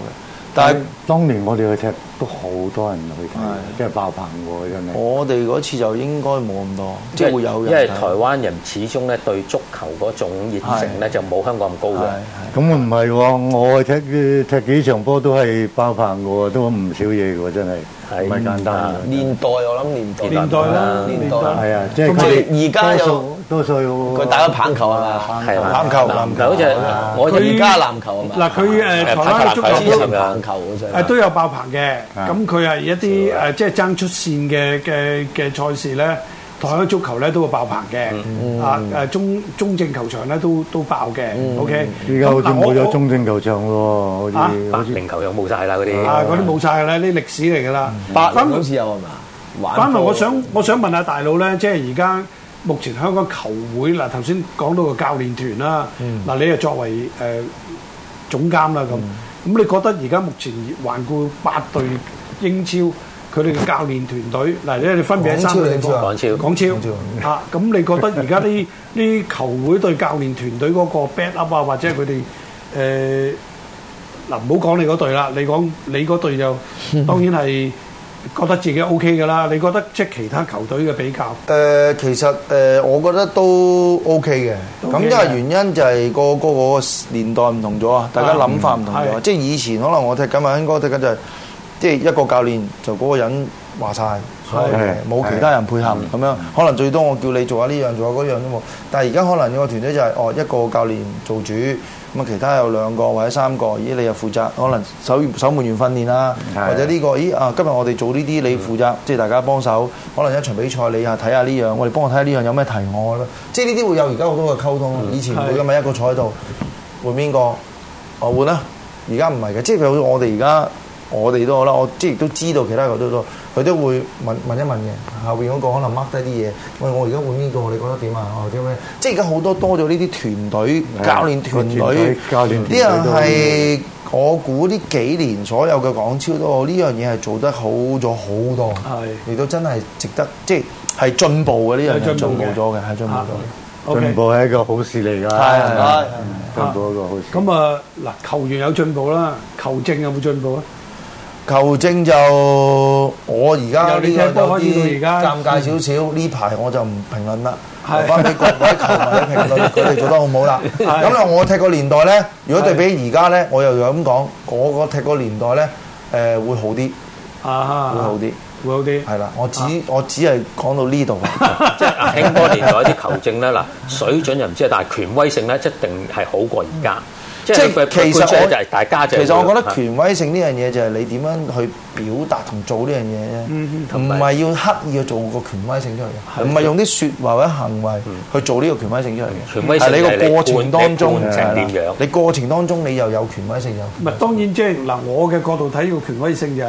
Speaker 3: 但係
Speaker 8: 當年我哋去踢都好多人去
Speaker 3: 係哦
Speaker 8: 睇，即係爆棚喎，真係。
Speaker 3: 我哋嗰次就應該冇咁多，即係會有
Speaker 5: 因
Speaker 3: 人睇。
Speaker 5: 為台灣人始終咧對足球嗰種熱誠咧就冇香港咁高
Speaker 3: 係
Speaker 5: 嘅。
Speaker 3: 係
Speaker 8: 咁唔係喎，我踢踢幾場波都係爆棚嘅喎，都唔少嘢嘅喎，真係
Speaker 5: 係
Speaker 8: 唔係簡單
Speaker 5: 啊
Speaker 9: [laughs]
Speaker 8: 嘅。
Speaker 9: 年代我諗年代，
Speaker 7: 年代啦，
Speaker 9: 年
Speaker 7: 年
Speaker 9: 代
Speaker 7: 代
Speaker 8: 係啊，即係
Speaker 9: 咁
Speaker 8: 佢
Speaker 9: 即係而家有
Speaker 8: 多數多數
Speaker 9: 佢打緊棒球係嘛？
Speaker 5: 係啊啦
Speaker 3: 籃球籃
Speaker 5: 嗱，好似我
Speaker 7: 佢
Speaker 9: 而家籃球係嘛？
Speaker 7: 嗱，佢誒台灣嘅足
Speaker 5: 係
Speaker 9: 之
Speaker 7: 球
Speaker 9: 前
Speaker 7: 都
Speaker 5: 係
Speaker 9: 棒球嗰陣
Speaker 7: 誒都有爆棚嘅，
Speaker 8: 啊
Speaker 7: 咁佢係一啲誒即係爭出線嘅嘅嘅賽事咧，台灣足球咧都會爆棚嘅，啊誒中中正球場咧都都爆嘅，OK。
Speaker 8: 依家好似
Speaker 7: 咁嗱我
Speaker 8: 冇咗
Speaker 7: 我
Speaker 8: 中正球場喎，好
Speaker 7: 啊
Speaker 8: 似
Speaker 5: 白
Speaker 8: 好似
Speaker 5: 零球又冇晒啦嗰啲。
Speaker 7: 啊嗰啲冇晒㗎啦，呢歷史嚟㗎啦。
Speaker 9: 八
Speaker 7: 反
Speaker 9: 好似有啊係嘛？玩
Speaker 7: 反來
Speaker 9: 波
Speaker 7: 我想我想問下大佬咧，即係而家目前香港球會嗱，頭先講到個教練團啦，嗱、你又作為誒、呃、總監啦咁，咁、你覺得而家目前環顧八隊英超佢哋嘅教練團隊嗱，因為你分別喺三個地方。
Speaker 5: 港超
Speaker 7: 港超啊，咁你覺得而家呢呢球會對教練團隊嗰個 back up 啊，或者佢哋誒嗱唔好講你嗰隊啦，你講你嗰隊就當然係覺得自己 O K 噶啦。你覺得即係其他球隊嘅比較，
Speaker 3: 誒、呃其實誒、我覺得都 OK 嘅。咁
Speaker 7: OK 嘅
Speaker 3: 因為原因就係個個個年代唔同咗啊，大家諗法唔同咗
Speaker 7: 係
Speaker 3: 啊。即係以前可能我踢緊啊，應該踢緊就係即係一個教練就嗰個人話晒，所有嘢
Speaker 8: 係嗯
Speaker 3: 冇其他人配合咁樣。可能最多我叫你做下呢樣，做下嗰樣啫嘛。但係而家可能有個團隊就係、哦一個教練做主。咁啊，其他有兩個或者三個，咦，你又負責可能守守門員訓練啦，
Speaker 8: 嗯係
Speaker 3: 或者呢、個，咦啊，今日我哋做呢啲，你負責，即係大家幫手。
Speaker 8: 嗯
Speaker 3: 可能一場比賽，你啊睇下呢樣，我哋幫我睇下呢樣有咩提案啦。即係呢啲會有而家好多嘅溝通，
Speaker 8: 嗯
Speaker 3: 以前唔會咁樣一個坐喺度換邊個，我換啦。而家唔係嘅，即係譬如我哋而家我哋都好啦，我即係亦都知道其他球隊都，佢都會問問一問嘅。後邊嗰個可能 mark 低啲嘢，喂，我而家換邊個？你覺得點啊？我點咩？即係而家好多多咗呢啲團隊
Speaker 8: 係啊
Speaker 3: 教練團
Speaker 8: 個團
Speaker 3: 隊
Speaker 8: 隊，教練團
Speaker 3: 呢
Speaker 8: 隊
Speaker 3: 樣
Speaker 8: 都好
Speaker 3: 係我估呢幾年所有嘅港超都好，呢樣嘢係做得好咗好多，
Speaker 7: 係
Speaker 3: 亦都真係值得，即係係進步嘅呢樣嘢，
Speaker 7: 係進
Speaker 3: 進
Speaker 7: 步
Speaker 3: 步
Speaker 7: 嘅
Speaker 3: 咗嘅，係進步
Speaker 7: 啊
Speaker 3: 咗嘅。
Speaker 8: 進
Speaker 7: OK
Speaker 8: 步係一個好事嚟㗎，啊
Speaker 3: 係係係
Speaker 8: 進步一個好事。
Speaker 7: 咁啊嗱，球員有進步啦，球證有冇進步啊？
Speaker 3: 球證就我而家
Speaker 7: 由你
Speaker 3: 呢
Speaker 7: 踢波
Speaker 3: 個有
Speaker 7: 開始
Speaker 3: 啲
Speaker 7: 到而家
Speaker 3: 尷尬少少，呢排我就唔評論啦，
Speaker 7: 係
Speaker 3: 留翻俾各位球迷評論，佢哋做得好唔好啦。
Speaker 7: [laughs]
Speaker 3: 咁咧，我踢個年代咧，如果對比而家咧，我又咁講，我個踢個年代咧，誒會好啲，
Speaker 7: 啊，
Speaker 3: 會好啲，
Speaker 7: 會好啲，
Speaker 3: 係啦。我只我只係講到呢度。
Speaker 5: 即係阿興哥年代啲球證咧，嗱水準又唔知，但係權威性咧一定係好過而家。即
Speaker 3: 即
Speaker 5: 係佢
Speaker 3: 係其
Speaker 5: 佢
Speaker 3: 實
Speaker 5: 佢
Speaker 3: 我
Speaker 5: 就係啊大家就
Speaker 3: 其實我覺得
Speaker 5: 權
Speaker 3: 權威性呢樣嘢就係你點樣去表達同做呢樣
Speaker 5: 嗯
Speaker 3: 嘢啫，唔係要刻意去做個權威性出嚟嘅，唔係用啲説話或者行為去做呢個權威性出嚟嘅。
Speaker 5: 嗯權威性
Speaker 3: 係你個過程當中
Speaker 5: 你判成點
Speaker 3: 係
Speaker 5: 樣
Speaker 3: 啦你過程當中你又有權威性有，
Speaker 7: 唔係當然即係嗱，我嘅角度睇個權威性就係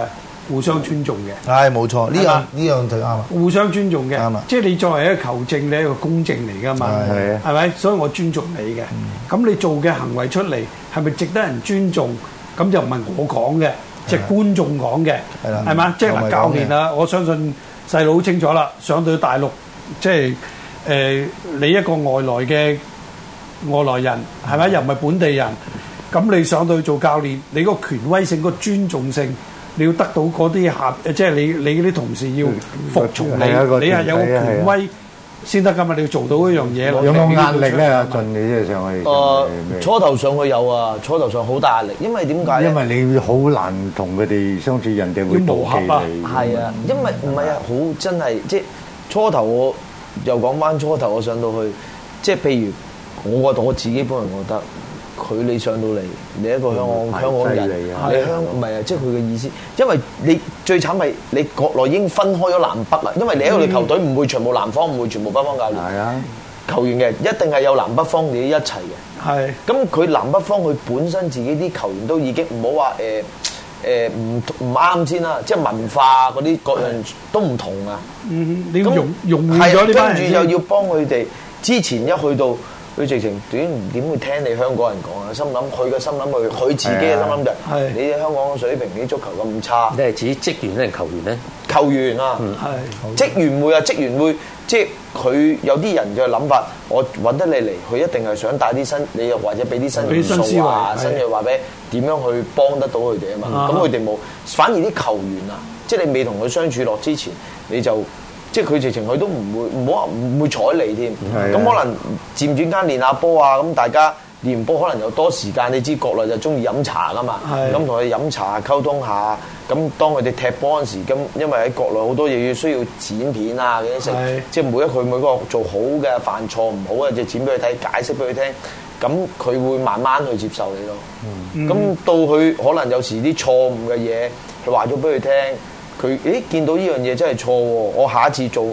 Speaker 7: 互相尊重嘅。
Speaker 3: 唉冇錯，呢
Speaker 7: 係嘛
Speaker 3: 樣呢樣就啱啊啦。
Speaker 7: 互相尊重嘅
Speaker 3: 啱啊，
Speaker 7: 即係你作為一個球證，你係一個公正嚟噶嘛，
Speaker 8: 係啊
Speaker 7: 係咪？所以我尊重你嘅。咁你做嘅行為出嚟係咪值得人尊重？咁就唔係我講嘅，即係觀眾講嘅，
Speaker 3: 係啦
Speaker 7: 係嘛？即係
Speaker 3: 球
Speaker 7: 嗱，
Speaker 3: 迷
Speaker 7: 教
Speaker 3: 講嘅
Speaker 7: 練啊，我相信細佬好清楚啦。上到大陸，即係誒你一個外來嘅外來人，係咪？又唔係本地人，咁你上到去做教練，你個權威性、個尊重性。你要得到嗰啲下，即係你你嗰啲同事要服從你，
Speaker 8: 係一個
Speaker 7: 你係有個
Speaker 8: 團體啊
Speaker 7: 權威先得㗎嘛，你要做到嗰樣嘢落嚟。
Speaker 8: 有冇
Speaker 7: 你要
Speaker 8: 壓力
Speaker 7: 出
Speaker 8: 咧？阿俊，你即係上
Speaker 7: 呃
Speaker 9: 誒
Speaker 8: 去上去咩
Speaker 9: 哦初頭上去有啊，初頭上好大壓力，因為點解咧
Speaker 8: 因？為你好難同佢哋相處，人哋會
Speaker 7: 啊要磨合啊
Speaker 8: 妒忌你。
Speaker 9: 係啊，因為唔係啊，好真係即係初頭我又講翻初頭我上到去，即係譬如我覺得我自己本人覺得佢你上到嚟，你一個香港
Speaker 8: 嗯係
Speaker 9: 香港人
Speaker 8: 犀利啊，
Speaker 9: 你香唔係啊？即係佢嘅意思，因為你最慘係你國內已經分開咗南北啦，因為你喺度你球隊唔會全部南方，唔會全部北方教練
Speaker 8: 嗯係啊，
Speaker 9: 球員嘅，一定係有南北方你一齊嘅。
Speaker 7: 係
Speaker 9: 咁佢南北方佢本身自己啲球員都已經唔好話誒誒唔唔啱先啦，即係文化嗰啲各樣都唔同啊。
Speaker 7: 嗯你要
Speaker 9: 咁
Speaker 7: 融融匯
Speaker 9: 係啊
Speaker 7: 咗呢班人
Speaker 9: 跟
Speaker 7: 先
Speaker 9: 住又要幫佢哋。之前一去到佢直情點點會聽你香港人講啊？心諗佢嘅心諗佢佢自己嘅心諗就
Speaker 7: 係
Speaker 9: 係你哋香港嘅水平，你啲足球咁差
Speaker 5: 你，係指職員定球員咧？
Speaker 9: 球員啊。
Speaker 7: 係
Speaker 9: 職員會啊，職員會，即係佢有啲人嘅諗法，我揾得你嚟，佢一定係想帶啲新，你又或者俾啲新
Speaker 7: 俾
Speaker 9: 元
Speaker 7: 新思
Speaker 9: 素啊
Speaker 7: 維，
Speaker 9: 新嘅話俾點樣去幫得到佢哋啊嘛。
Speaker 7: 啊
Speaker 9: 咁佢哋冇，反而啲球員啊，即係你未同佢相處落之前，你就即係佢直情佢都唔會唔好話唔會睬你添。
Speaker 8: 係
Speaker 9: 咁
Speaker 8: 啊
Speaker 9: 可能漸轉間練下波啊，咁大家。練波可能有多時間，你知國內就中意飲茶噶嘛，
Speaker 7: 係
Speaker 9: 咁同佢哋飲茶溝通下，咁當佢哋踢波嗰陣時，咁因為喺國內好多嘢要需要剪片啊嗰啲
Speaker 7: 係
Speaker 9: 食，即係每一佢每個做好嘅犯錯唔好嘅就剪俾佢睇，解釋俾佢聽，咁佢會慢慢去接受你咯。
Speaker 7: 嗯
Speaker 9: 咁、到佢可能有時啲錯誤嘅嘢，佢話咗俾佢聽，佢咦見到呢樣嘢真係錯喎，我下一次做。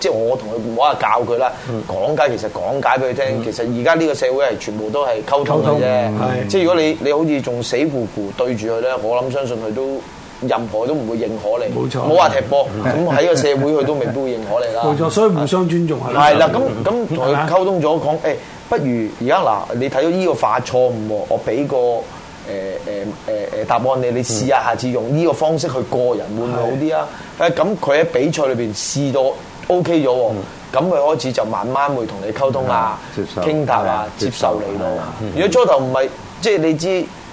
Speaker 9: 即係我同佢唔好話教佢啦，
Speaker 7: 嗯
Speaker 9: 講解其實講解俾佢聽，其實而家呢個社會係全部都係溝通
Speaker 7: 溝通
Speaker 9: 嘅啫，
Speaker 7: 係
Speaker 9: 即係如果你你好似仲死糊糊對住佢咧，我諗相信佢都任何都唔會認可你，
Speaker 7: 冇錯
Speaker 9: 冇話踢波，咁喺個社會佢都未必會認可你啦。啊
Speaker 7: 冇錯，所以互相尊重係啦
Speaker 9: 係啦，咁咁同佢溝通咗講，誒，不如而家嗱，你睇到呢個化錯誤喎，我俾個誒誒誒誒答案你，你
Speaker 8: 嗯
Speaker 9: 試下下次用呢個方式去過人會唔會好啲啊？誒，咁佢喺比賽裏邊試到 OK 咗喎，咁佢開始就慢慢會同你溝通啊
Speaker 8: 嗯接受、
Speaker 9: 傾談啊、
Speaker 8: 係
Speaker 9: 接受你咯
Speaker 8: 係啊。
Speaker 9: 如果初頭唔係，即係你知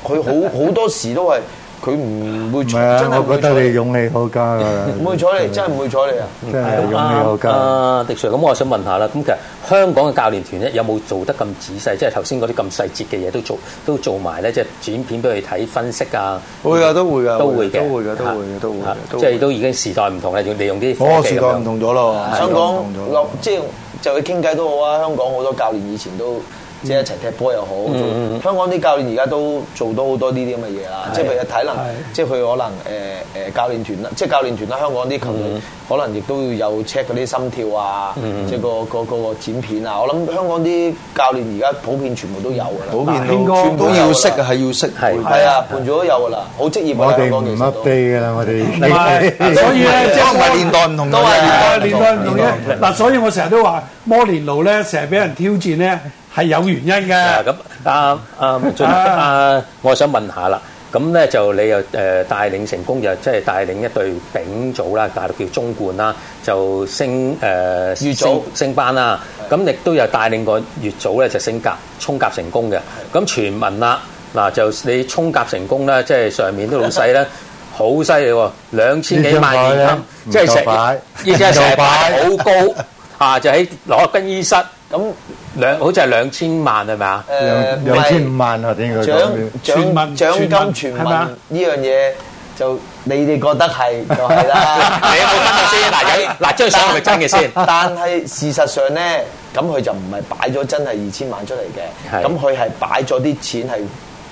Speaker 9: 佢
Speaker 8: [laughs]
Speaker 9: 好好多時都係佢唔會
Speaker 8: 唔
Speaker 9: 睬
Speaker 8: 係啊
Speaker 9: 真，係唔
Speaker 8: 我
Speaker 9: 會
Speaker 8: 覺得你嗯
Speaker 9: 睬
Speaker 8: 勇氣可嘉
Speaker 7: [laughs]
Speaker 8: 啊，
Speaker 9: 你，唔會睬你，真係唔會睬你啊！
Speaker 8: 真係勇氣可
Speaker 5: 啊
Speaker 8: 嘉。
Speaker 5: 啊，迪 Sir，咁我想問下啦，咁其實香港嘅教練團咧有冇做得咁仔細？即係頭先嗰啲咁細節嘅嘢都做都做埋咧，即係剪片俾佢睇分析啊。
Speaker 3: 會㗎都會㗎
Speaker 5: 都會嘅，
Speaker 3: 都會㗎都會
Speaker 5: 嚇
Speaker 3: 㗎都會㗎哦
Speaker 5: 嚇
Speaker 3: 都會
Speaker 5: 即係都已經時代唔同啦，要利用啲
Speaker 3: 嗰
Speaker 5: 科
Speaker 3: 個
Speaker 5: 技
Speaker 3: 時
Speaker 5: 咁
Speaker 3: 代
Speaker 5: 樣啊
Speaker 3: 唔同咗咯，
Speaker 9: 香
Speaker 3: 時代唔同
Speaker 9: 港
Speaker 3: 咗
Speaker 9: 落即係就去傾偈都好啊！香港好多教練以前
Speaker 5: 嗯
Speaker 9: 都即係一齊踢波又好，做香港啲教練而家都做到好多呢啲咁嘅嘢啦。即係譬如體能
Speaker 7: 係，
Speaker 9: 即係佢可能誒誒教練團啦，即係教練團啦，香港啲球
Speaker 5: 嗯
Speaker 9: 隊可能亦都要有 check 嗰啲心跳啊，即係個個個個剪片啊。我諗香港啲教練而家普遍全部都有㗎啦，
Speaker 3: 普遍
Speaker 7: 應
Speaker 3: 都
Speaker 7: 該
Speaker 3: 全部都要識嘅，係要識。
Speaker 5: 係
Speaker 9: 係啊，半組都有㗎啦，好職業㗎
Speaker 8: 我
Speaker 9: 啦，
Speaker 8: 哋
Speaker 9: 香港
Speaker 8: 唔
Speaker 9: 其實都
Speaker 8: update 㗎啦，我哋 [laughs]
Speaker 7: 唔係所以
Speaker 9: [laughs]
Speaker 7: 咧即係
Speaker 3: 都係年代唔同咗
Speaker 9: 都係年代
Speaker 7: 年代唔同嘅嗱，所以我成日都話摩連奴咧，成日俾人挑戰咧係有原因
Speaker 5: 啊
Speaker 7: 嘅。
Speaker 5: 咁啊啊俊啊，我想問下啦。咁咧就你又誒帶領成功，就即係帶領一隊丙組啦，大陸叫中冠啦，就升誒
Speaker 9: 乙組
Speaker 5: 升升班啦。咁亦都有帶領過乙組咧，就升甲衝甲成功嘅。咁傳聞啦，嗱就你衝甲成功咧，即係上面啲老細咧。好犀利喎！兩千幾萬現金，即
Speaker 8: 呢張牌咧唔夠擺
Speaker 5: 係成依家成
Speaker 8: 唔夠擺
Speaker 5: 排好高啊！就喺攞更衣室
Speaker 9: 咁
Speaker 5: 兩，好似係兩千萬係咪啊？
Speaker 9: 誒
Speaker 8: 兩
Speaker 9: 唔
Speaker 8: 兩
Speaker 9: 係
Speaker 8: 千五萬啊，點解
Speaker 9: 獎
Speaker 8: 講？
Speaker 7: 傳
Speaker 9: 獎
Speaker 7: 聞
Speaker 9: 獎
Speaker 7: 傳
Speaker 9: 金
Speaker 7: 聞
Speaker 9: 傳
Speaker 7: 係咪
Speaker 9: 聞
Speaker 7: 啊
Speaker 9: 呢樣嘢，就你哋覺得
Speaker 5: [laughs]。
Speaker 9: 係就係啦
Speaker 5: 你有冇分析先嗱有 [laughs] 嗱張相係咪真嘅
Speaker 9: [laughs]
Speaker 5: 先
Speaker 9: 但但係事實上咧，咁佢就唔係擺咗真係二千萬出嚟嘅，
Speaker 5: 係
Speaker 9: 咁佢係擺咗啲錢係。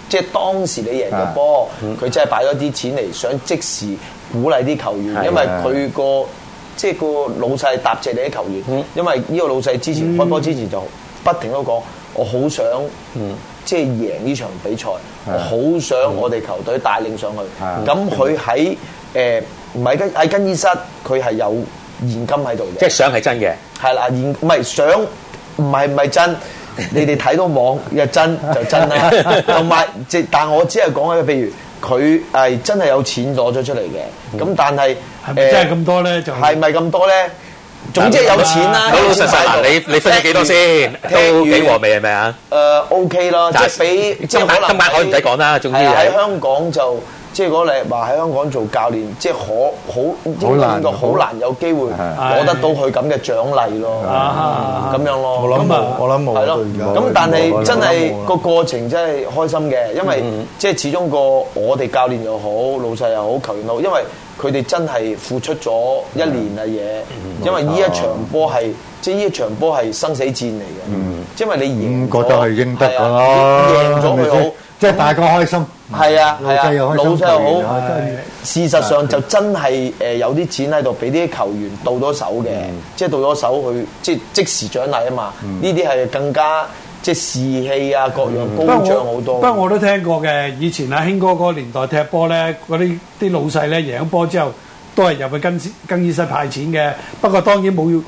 Speaker 9: 即係當時你贏嘅波，佢真係擺咗啲錢嚟，想即時鼓勵啲球員，
Speaker 5: 係
Speaker 9: 因為佢個即係個老細答謝你啲球員，因為呢個老細之前開波之前就不停都講，我好想即係贏呢場比賽，我好想我哋球隊帶領上去。
Speaker 8: 係
Speaker 9: 咁佢喺誒唔係跟喺更衣室，佢係有現金喺度
Speaker 5: 即
Speaker 9: 嘅，
Speaker 5: 係相係真嘅，
Speaker 9: 係啦，現唔係想唔係唔係真。你哋睇到網一真
Speaker 5: [laughs]
Speaker 9: 就真啦，同埋即但我只係講嘅，譬如佢係真係有錢攞咗出嚟嘅，
Speaker 5: 嗯
Speaker 9: 咁但係
Speaker 7: 係咪真係咁多咧？就
Speaker 9: 係咪咁多咧？總之係有錢啦，
Speaker 5: 老老實實嗱，你你分咗幾多先？都幾和味係咪啊？
Speaker 9: 誒 Ờ, OK 啦，即
Speaker 5: 但係
Speaker 9: 係俾即係
Speaker 5: 今晚
Speaker 9: 可能
Speaker 5: 今晚可以唔使講啦
Speaker 9: 喺
Speaker 5: 總之
Speaker 9: 係啊
Speaker 5: 係
Speaker 9: 喺香港就即係如果你話喺香港做教練，即係可好
Speaker 8: 好
Speaker 9: 應該
Speaker 8: 難
Speaker 9: 應該好難有機會攞得到佢咁嘅獎勵咯，咁樣咯。
Speaker 3: 我諗
Speaker 9: 咁啊
Speaker 3: 冇我諗冇
Speaker 9: 係咯
Speaker 3: 對而。家
Speaker 9: 咁但係真
Speaker 3: 我諗
Speaker 9: 係
Speaker 3: 冇
Speaker 9: 個過程真係開心嘅，因為即係始終個我哋教練又好，老細又好，球員都好，因為佢哋真係付出咗一年嘅嘢，因為呢一場波係即係呢一場波係生死戰嚟嘅。因為你
Speaker 8: 咁
Speaker 9: 贏咗，
Speaker 8: 嗯覺得係應得㗎
Speaker 9: 係
Speaker 8: 啦
Speaker 9: 啊，贏咗佢
Speaker 8: 係咪先
Speaker 9: 好，
Speaker 8: 即係大家開心，
Speaker 9: 係啊係啊，
Speaker 8: 又
Speaker 9: 老
Speaker 8: 開
Speaker 9: 細又
Speaker 8: 心球員
Speaker 9: 好
Speaker 8: 又開心。
Speaker 9: 事實上就真係誒有啲錢喺度俾啲球員到咗手嘅，即係到咗手去即即時獎勵啊嘛。呢啲係更加即係士氣啊，各樣
Speaker 7: 不過
Speaker 9: 高漲好
Speaker 7: 我
Speaker 9: 多。
Speaker 7: 不過我都聽過嘅，以前阿興哥嗰個年代踢波咧，嗰啲啲老細咧贏咗波之後，都係入去更衣更衣室派錢嘅。不過當然冇要，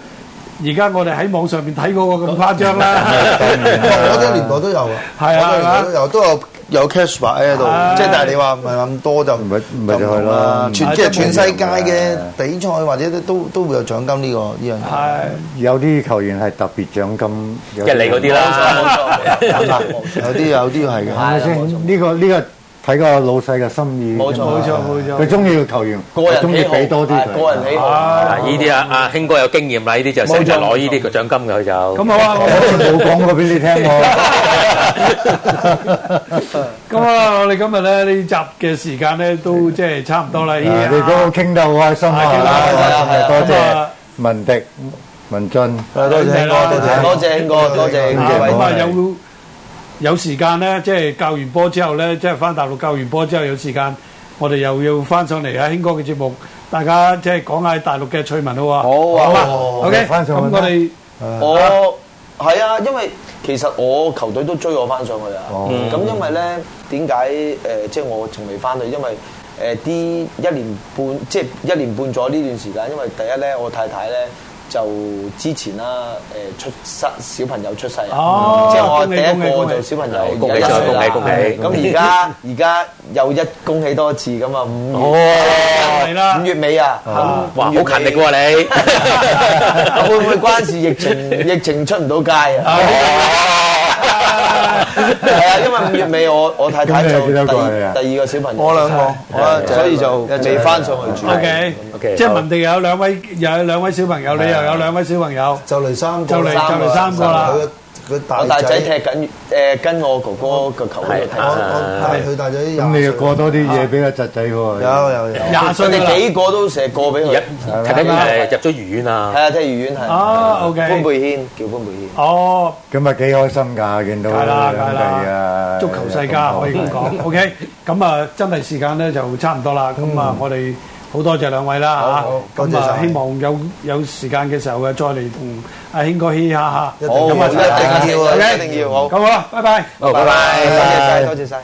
Speaker 7: 而家我哋喺網上面睇嗰個咁誇張啦。
Speaker 3: [laughs] 我嗰啲年代都有啊，
Speaker 7: 係啊
Speaker 3: 我嗰啲年代都有都有有 cash 擺喺度
Speaker 7: 係，
Speaker 3: 即係但係你話唔係咁多就
Speaker 8: 唔係唔係就係啦
Speaker 3: 唔同全即係
Speaker 7: 係
Speaker 3: 全世界嘅比賽或者都都會有獎金呢個呢樣
Speaker 7: [laughs]
Speaker 3: 嘢。
Speaker 7: 係
Speaker 8: 有啲球員係特別獎金，即
Speaker 5: 即係你嗰啲啦，
Speaker 3: 有啲有啲係嘅，
Speaker 8: 係咪先？呢個呢個睇個老細嘅心意。
Speaker 9: 冇錯
Speaker 7: 冇錯冇錯
Speaker 8: 佢中意個球員，
Speaker 9: 個人
Speaker 8: 佢中意
Speaker 9: 喜好
Speaker 8: 俾多啲
Speaker 9: 係
Speaker 8: 佢。
Speaker 9: 個人喜好。
Speaker 7: 啊，
Speaker 5: 嗱呢啲啊，阿興哥有經驗啦，呢啲就成日攞呢啲嘅獎金嘅佢就。
Speaker 7: 咁好啊，我
Speaker 8: 我冇講過俾你聽
Speaker 9: [laughs]
Speaker 8: 喎。
Speaker 7: 咁啊，我哋今日咧呢集嘅時間咧都即係差唔多啦。
Speaker 8: 啊你
Speaker 7: 啊
Speaker 8: 都傾得好開心啊！
Speaker 7: 係傾得好
Speaker 9: 開心啊
Speaker 8: 多
Speaker 7: 咁啊
Speaker 8: 謝文迪、文俊。
Speaker 3: 係多謝興哥，多謝
Speaker 9: 多謝興哥，多謝
Speaker 7: 啊
Speaker 9: 各位
Speaker 7: 咁啊
Speaker 8: 係
Speaker 7: 有有時間咧，即係教完波之後咧，即係翻大陸教完波之後有時間，我哋又要翻上嚟啊興哥嘅節目，大家即係講下大陸嘅趣聞好啊！
Speaker 9: 好啊
Speaker 7: 嘛
Speaker 9: 好啊好
Speaker 8: 啊
Speaker 7: OK，
Speaker 8: 返上
Speaker 7: 咁
Speaker 8: 去啦
Speaker 7: 我哋
Speaker 5: 啊
Speaker 9: 我係啊，因為其實我球隊都追我翻上去啊。
Speaker 5: 哦
Speaker 9: 咁、因為咧點解誒，即係我從未翻去，因為誒啲、一年半，即係一年半咗呢段時間，因為第一咧，我太太咧。就之前啦，呃誒出生小朋友出世啊，
Speaker 7: 哦
Speaker 9: 即係我
Speaker 7: 恭
Speaker 9: 第
Speaker 7: 喜
Speaker 9: 一
Speaker 7: 恭
Speaker 9: 個
Speaker 7: 喜
Speaker 9: 就小朋友
Speaker 5: 係，恭喜
Speaker 9: 而家一歲啦咁而
Speaker 5: 恭喜恭
Speaker 9: 家而家又一恭喜多次咁啊，五
Speaker 7: 係
Speaker 9: 月
Speaker 7: 啦
Speaker 9: 五月尾啊，
Speaker 5: 哦哇，好
Speaker 9: 五月尾
Speaker 5: 勤力喎
Speaker 9: [laughs]
Speaker 5: 你。
Speaker 9: 會唔會關事疫情？疫情出唔到街啊？ [laughs] 係啊，因為五月尾我我太太就
Speaker 8: 咁
Speaker 9: 第
Speaker 8: 你幾多
Speaker 9: 二
Speaker 8: 個啊
Speaker 9: 第二個小朋友，
Speaker 3: 我兩個，我
Speaker 9: 所以就未翻上去住。
Speaker 7: OK，
Speaker 5: OK，
Speaker 7: 即係
Speaker 5: 好
Speaker 7: 文迪有兩位又有兩位小朋友，你又有兩位小朋友，
Speaker 3: 就嚟三個，
Speaker 7: 就嚟就嚟三個啦。
Speaker 3: 佢
Speaker 9: 我
Speaker 3: 佢
Speaker 9: 大
Speaker 3: 大
Speaker 9: 仔
Speaker 3: 仔
Speaker 9: 踢緊誒，跟我哥哥個球隊踢
Speaker 3: 我。我帶佢大仔廿歲，
Speaker 8: 咁你要過多啲嘢俾個侄仔喎。
Speaker 3: 有有有。
Speaker 7: 廿歲
Speaker 9: 佢
Speaker 7: 㗎
Speaker 9: 哋
Speaker 7: 啦。
Speaker 9: 幾個都射過俾
Speaker 5: [laughs] 入
Speaker 9: 佢。
Speaker 5: 睇睇誒入咗魚院
Speaker 9: 係
Speaker 5: 啊！
Speaker 9: 啊，踢魚院係。
Speaker 7: 啊，OK
Speaker 9: 潘貝軒叫潘貝軒。
Speaker 7: 哦，
Speaker 8: 咁啊幾開心㗎，見到
Speaker 7: 梗係啦，梗係
Speaker 8: 兩地
Speaker 7: 啦
Speaker 8: 啊，
Speaker 7: 足球世家可以咁講。OK，咁啊，真係時間咧就差唔多啦。咁啊，我哋好多謝兩位啦
Speaker 3: 好
Speaker 7: 嚇。
Speaker 3: 多謝
Speaker 7: 咁啊，
Speaker 3: 晒
Speaker 7: 希望有有時間嘅時候嘅再嚟同阿興哥嘻嘻哈哈。
Speaker 3: 一定
Speaker 9: 好，
Speaker 3: 咁啊
Speaker 9: 一定要啊，
Speaker 7: OK
Speaker 9: 一定要好。
Speaker 7: 咁好啦，拜拜。
Speaker 5: 好，拜
Speaker 9: 拜拜，
Speaker 5: 拜。
Speaker 9: 多謝晒，多謝晒。